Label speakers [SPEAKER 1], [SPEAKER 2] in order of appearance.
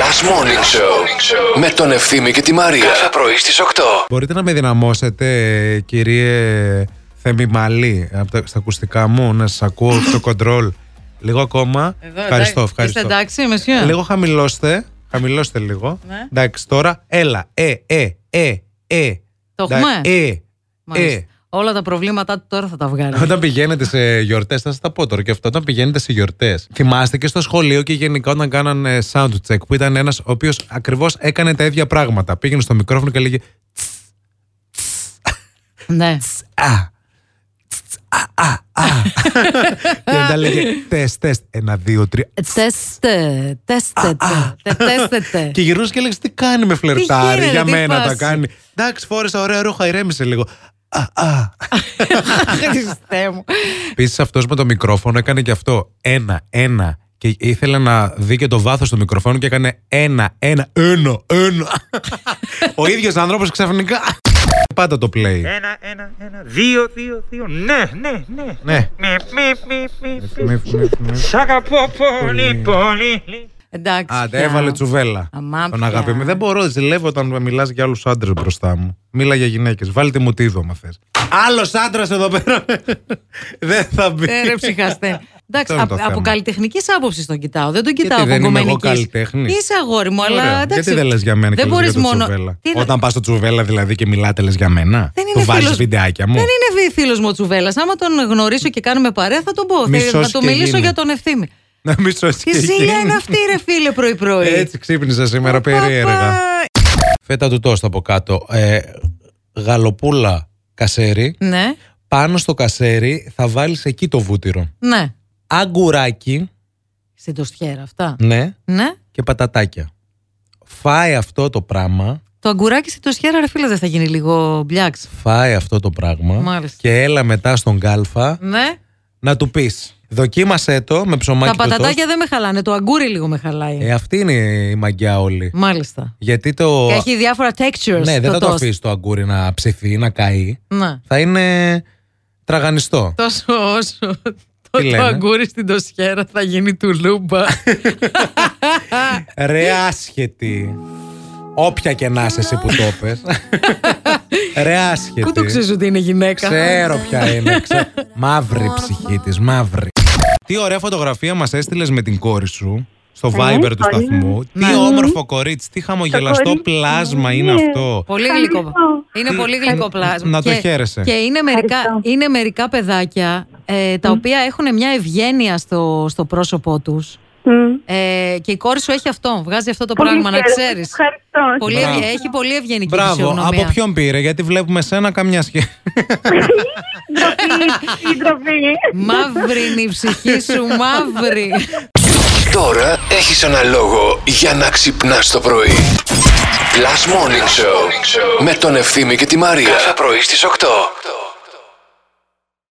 [SPEAKER 1] Last Morning Show με τον Ευθύμη και τη Μαρία. Κάθε πρωί στις 8.
[SPEAKER 2] Μπορείτε να με δυναμώσετε, ε, κύριε Θεμιμαλή, από τα- στα ακουστικά μου, να σας ακούω στο κοντρόλ λίγο ακόμα.
[SPEAKER 3] Εδώ,
[SPEAKER 2] ευχαριστώ,
[SPEAKER 3] εντάξει.
[SPEAKER 2] ευχαριστώ. Ε,
[SPEAKER 3] Είστε εντάξει, μεσιό.
[SPEAKER 2] Λίγο Ε, χαμηλώστε, χαμηλώστε λίγο.
[SPEAKER 3] Ναι.
[SPEAKER 2] Εντάξει, τώρα, έλα, ε, ε, ε, ε.
[SPEAKER 3] Το
[SPEAKER 2] Εντά-
[SPEAKER 3] έχουμε?
[SPEAKER 2] Ε,
[SPEAKER 3] Μάλιστα.
[SPEAKER 2] ε.
[SPEAKER 3] Όλα τα προβλήματά του τώρα θα τα βγάλει.
[SPEAKER 2] Όταν πηγαίνετε σε γιορτές, θα σας τα πω τώρα και αυτό. Όταν πηγαίνετε σε γιορτές, θυμάστε και στο σχολείο και γενικά όταν κάνανε sound check που ήταν ένας ο οποίος ακριβώς έκανε τα ίδια πράγματα. Πήγαινε στο μικρόφωνο και λέγε
[SPEAKER 3] ναι.
[SPEAKER 2] Α. Τσ, Α, α, α. Και μετά λέγε τεστ, τεστ. Ένα, δύο, τρία.
[SPEAKER 3] Τέστε, τέστε, τέστετε.
[SPEAKER 2] Και γυρνούσε και έλεγε τι κάνει με φλερτάρι.
[SPEAKER 3] γίνεται,
[SPEAKER 2] Για
[SPEAKER 3] τι
[SPEAKER 2] μένα τα
[SPEAKER 3] φάση».
[SPEAKER 2] κάνει. Εντάξει, φόρεσα ωραία ρούχα, ηρέμησε λίγο. Α, α.
[SPEAKER 3] Χριστέ μου.
[SPEAKER 2] Επίσης αυτός με το μικρόφωνο έκανε και αυτό. Ένα, ένα. Και ήθελε να δει και το βάθος του μικροφόνου και έκανε ένα, ένα, ένα, ένα. Ο ίδιος άνθρωπος ξαφνικά. Πάντα το play.
[SPEAKER 4] Ένα, ένα, ένα, δύο, δύο, δύο. Ναι, ναι, ναι.
[SPEAKER 2] Ναι.
[SPEAKER 4] Μη, μη, μη, μη, μη.
[SPEAKER 2] Μη- μη- μη-
[SPEAKER 4] Σ' αγαπώ πολύ, πολύ.
[SPEAKER 3] Εντάξει.
[SPEAKER 2] Άντε,
[SPEAKER 3] πια.
[SPEAKER 2] έβαλε τσουβέλα.
[SPEAKER 3] Αμάν
[SPEAKER 2] τον
[SPEAKER 3] πια.
[SPEAKER 2] αγαπημένο. Δεν μπορώ, ζηλεύω όταν μιλάς για άλλους άντρες μπροστά μου. Μίλα για γυναίκες. Βάλτε μου τι άμα θες. Άλλος άντρας εδώ πέρα. Δεν θα μπει.
[SPEAKER 3] Ε, Ρε ψυχαστέ. Εντάξει,
[SPEAKER 2] είναι το
[SPEAKER 3] απ-
[SPEAKER 2] θέμα.
[SPEAKER 3] από καλλιτεχνικής άποψης τον κοιτάω. Δεν τον
[SPEAKER 2] Γιατί,
[SPEAKER 3] κοιτάω από
[SPEAKER 2] δεν είμαι εγώ
[SPEAKER 3] κομμενικής.
[SPEAKER 2] καλλιτέχνης?
[SPEAKER 3] Είσαι αγόρι μου, αλλά
[SPEAKER 2] Ωραία.
[SPEAKER 3] εντάξει.
[SPEAKER 2] Γιατί δεν λες για μένα και
[SPEAKER 3] δεν
[SPEAKER 2] λες
[SPEAKER 3] μπορείς
[SPEAKER 2] για το
[SPEAKER 3] μόνο.
[SPEAKER 2] τσουβέλα.
[SPEAKER 3] Τι να-
[SPEAKER 2] Όταν πας στο τσουβέλα δηλαδή και μιλάτε, λες για μένα.
[SPEAKER 3] Δεν
[SPEAKER 2] το
[SPEAKER 3] είναι
[SPEAKER 2] βάζεις
[SPEAKER 3] φίλος-
[SPEAKER 2] βιντεάκια μου.
[SPEAKER 3] Δεν είναι φίλος μου ο Τσουβέλλα. Άμα τον γνωρίσω και κάνουμε παρέα, θα τον πω. Θα-
[SPEAKER 2] Μισός
[SPEAKER 3] θα το
[SPEAKER 2] και
[SPEAKER 3] μιλήσω
[SPEAKER 2] γίνει.
[SPEAKER 3] για τον ευθύμη.
[SPEAKER 2] Να μην σώσει
[SPEAKER 3] Τι ζήλια είναι ε. αυτή, ρε φίλε, πρωί-πρωί.
[SPEAKER 2] Έτσι ξύπνησα σήμερα
[SPEAKER 3] Παπα.
[SPEAKER 2] περίεργα. Φέτα του τόστ από κάτω. Ε, γαλοπούλα κασέρι.
[SPEAKER 3] Ναι,
[SPEAKER 2] Πάνω στο κασέρι θα βάλεις εκεί το βούτυρο.
[SPEAKER 3] ναι.
[SPEAKER 2] Αγκουράκι.
[SPEAKER 3] Στην τοστιέρα αυτά.
[SPEAKER 2] Ναι.
[SPEAKER 3] Ναι.
[SPEAKER 2] και πατατάκια. Φάει αυτό το πράγμα,
[SPEAKER 3] Το αγκουράκι στην τοστιέρα, ρε φίλε, δεν θα γίνει λίγο μπλιάξ.
[SPEAKER 2] φάει αυτό το πράγμα
[SPEAKER 3] Μάλιστα.
[SPEAKER 2] και έλα μετά στον κάλφα
[SPEAKER 3] Ναι.
[SPEAKER 2] να του πεις δοκίμασέ το με ψωμάκι
[SPEAKER 3] Τα
[SPEAKER 2] το
[SPEAKER 3] πατατάκια δεν με χαλάνε, το αγκούρι λίγο με χαλάει.
[SPEAKER 2] toast». Ε, αυτή είναι η μαγιά όλη.
[SPEAKER 3] Μάλιστα.
[SPEAKER 2] Γιατί το...
[SPEAKER 3] Και έχει διάφορα textures.
[SPEAKER 2] ναι, δεν θα το
[SPEAKER 3] toast.
[SPEAKER 2] αφήσει το αγκούρι να ψηθεί, να καεί.
[SPEAKER 3] Ναι.
[SPEAKER 2] Θα είναι τραγανιστό.
[SPEAKER 3] Τόσο όσο το, το
[SPEAKER 2] λένε?
[SPEAKER 3] αγκούρι στην τοστιέρα θα γίνει τουλούμπα.
[SPEAKER 2] Ρε άσχετη. Όποια και να είσαι εσύ που το πες. Ρε άσχετη.
[SPEAKER 3] Πού το ξέρει ότι είναι γυναίκα.
[SPEAKER 2] Ξέρω ποια είναι. ξέ- Μαύρη η ψυχή της, μαύρη. Τι ωραία φωτογραφία μας έστειλες με την κόρη σου στο Viber του
[SPEAKER 5] πολύ.
[SPEAKER 2] σταθμού. Τι όμορφο κορίτσι, τι χαμογελαστό
[SPEAKER 5] κορίτσι.
[SPEAKER 2] πλάσμα είναι
[SPEAKER 5] Ναι.
[SPEAKER 2] αυτό.
[SPEAKER 3] Πολύ γλυκό.
[SPEAKER 5] Ευχαριστώ.
[SPEAKER 3] Είναι πολύ γλυκό πλάσμα.
[SPEAKER 2] Να το
[SPEAKER 3] Και-
[SPEAKER 2] χαίρεσαι.
[SPEAKER 3] Και είναι μερικά,
[SPEAKER 5] Ευχαριστώ.
[SPEAKER 3] είναι μερικά παιδάκια ε, τα οποία έχουν μια ευγένεια στο, στο πρόσωπό τους.
[SPEAKER 5] Μμ.
[SPEAKER 3] Ε, και η κόρη σου έχει αυτό. Βγάζει αυτό το
[SPEAKER 5] Πολύ
[SPEAKER 3] πράγμα, να
[SPEAKER 5] χαίρομαι.
[SPEAKER 3] ξέρεις.
[SPEAKER 5] Ευχαριστώ.
[SPEAKER 3] Πολύ
[SPEAKER 2] Μπράβο.
[SPEAKER 3] ευγε- Έχει πολύ ευγενική
[SPEAKER 2] Μπράβο,
[SPEAKER 3] φυσιογνωμία.
[SPEAKER 2] από ποιον πήρε, γιατί βλέπουμε σένα καμιά σχέση.
[SPEAKER 5] Η ντροπή.
[SPEAKER 3] Μαύρη είναι η ψυχή σου, μαύρη.
[SPEAKER 1] Τώρα έχεις ένα λόγο για να ξυπνάς το πρωί. Last Morning Show με τον Ευθύμη και τη Μαρία. Κάθε πρωί στις 8.